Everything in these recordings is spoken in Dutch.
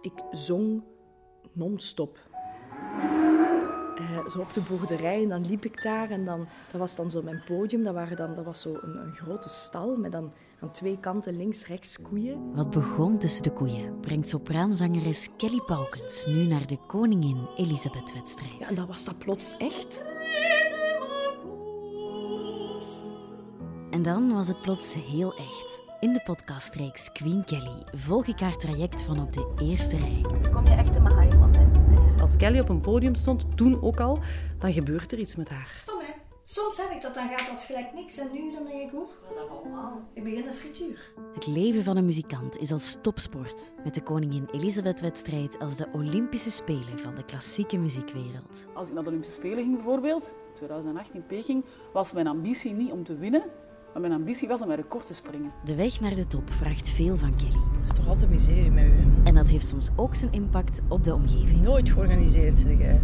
Ik zong non-stop. Eh, zo op de boerderij en dan liep ik daar en dan, dat was dan zo mijn podium. Dat, waren dan, dat was zo een, een grote stal met dan aan twee kanten links, rechts koeien. Wat begon tussen de koeien brengt sopraanzangeres Kelly Paukens nu naar de Koningin Elisabeth-wedstrijd. Ja, en dan was dat plots echt. En dan was het plots heel echt. In de podcastreeks Queen Kelly volg ik haar traject van op de eerste rij. kom je echt in mijn heimat. Hè. Als Kelly op een podium stond, toen ook al, dan gebeurt er iets met haar. Stom hè? Soms heb ik dat, dan gaat dat gelijk niks. En nu dan denk ik, oeh, ik begin een frituur. Het leven van een muzikant is als topsport, met de Koningin Elisabeth-wedstrijd als de Olympische Spelen van de klassieke muziekwereld. Als ik naar de Olympische Spelen ging bijvoorbeeld, 2008 in Peking, was mijn ambitie niet om te winnen, maar mijn ambitie was om mijn record te springen. De weg naar de top vraagt veel van Kelly. is toch altijd miserie met u. En dat heeft soms ook zijn impact op de omgeving. Nooit georganiseerd, zeg jij.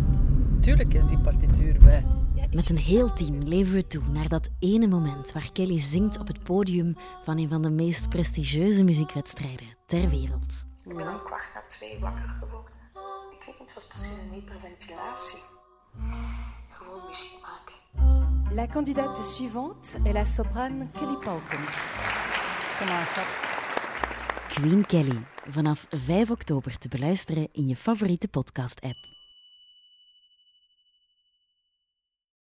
Tuurlijk is die partituur bij. Met een heel team leven we toe naar dat ene moment waar Kelly zingt op het podium van een van de meest prestigieuze muziekwedstrijden ter wereld. Ik ben om kwart na twee wakker geworden. Ik weet niet, het was precies een hyperventilatie. Gewoon muziek maken. La candidate suivante est la soprane Kelly Paukens. Kom maar, schat. Queen Kelly, vanaf 5 oktober te beluisteren in je favoriete podcast-app.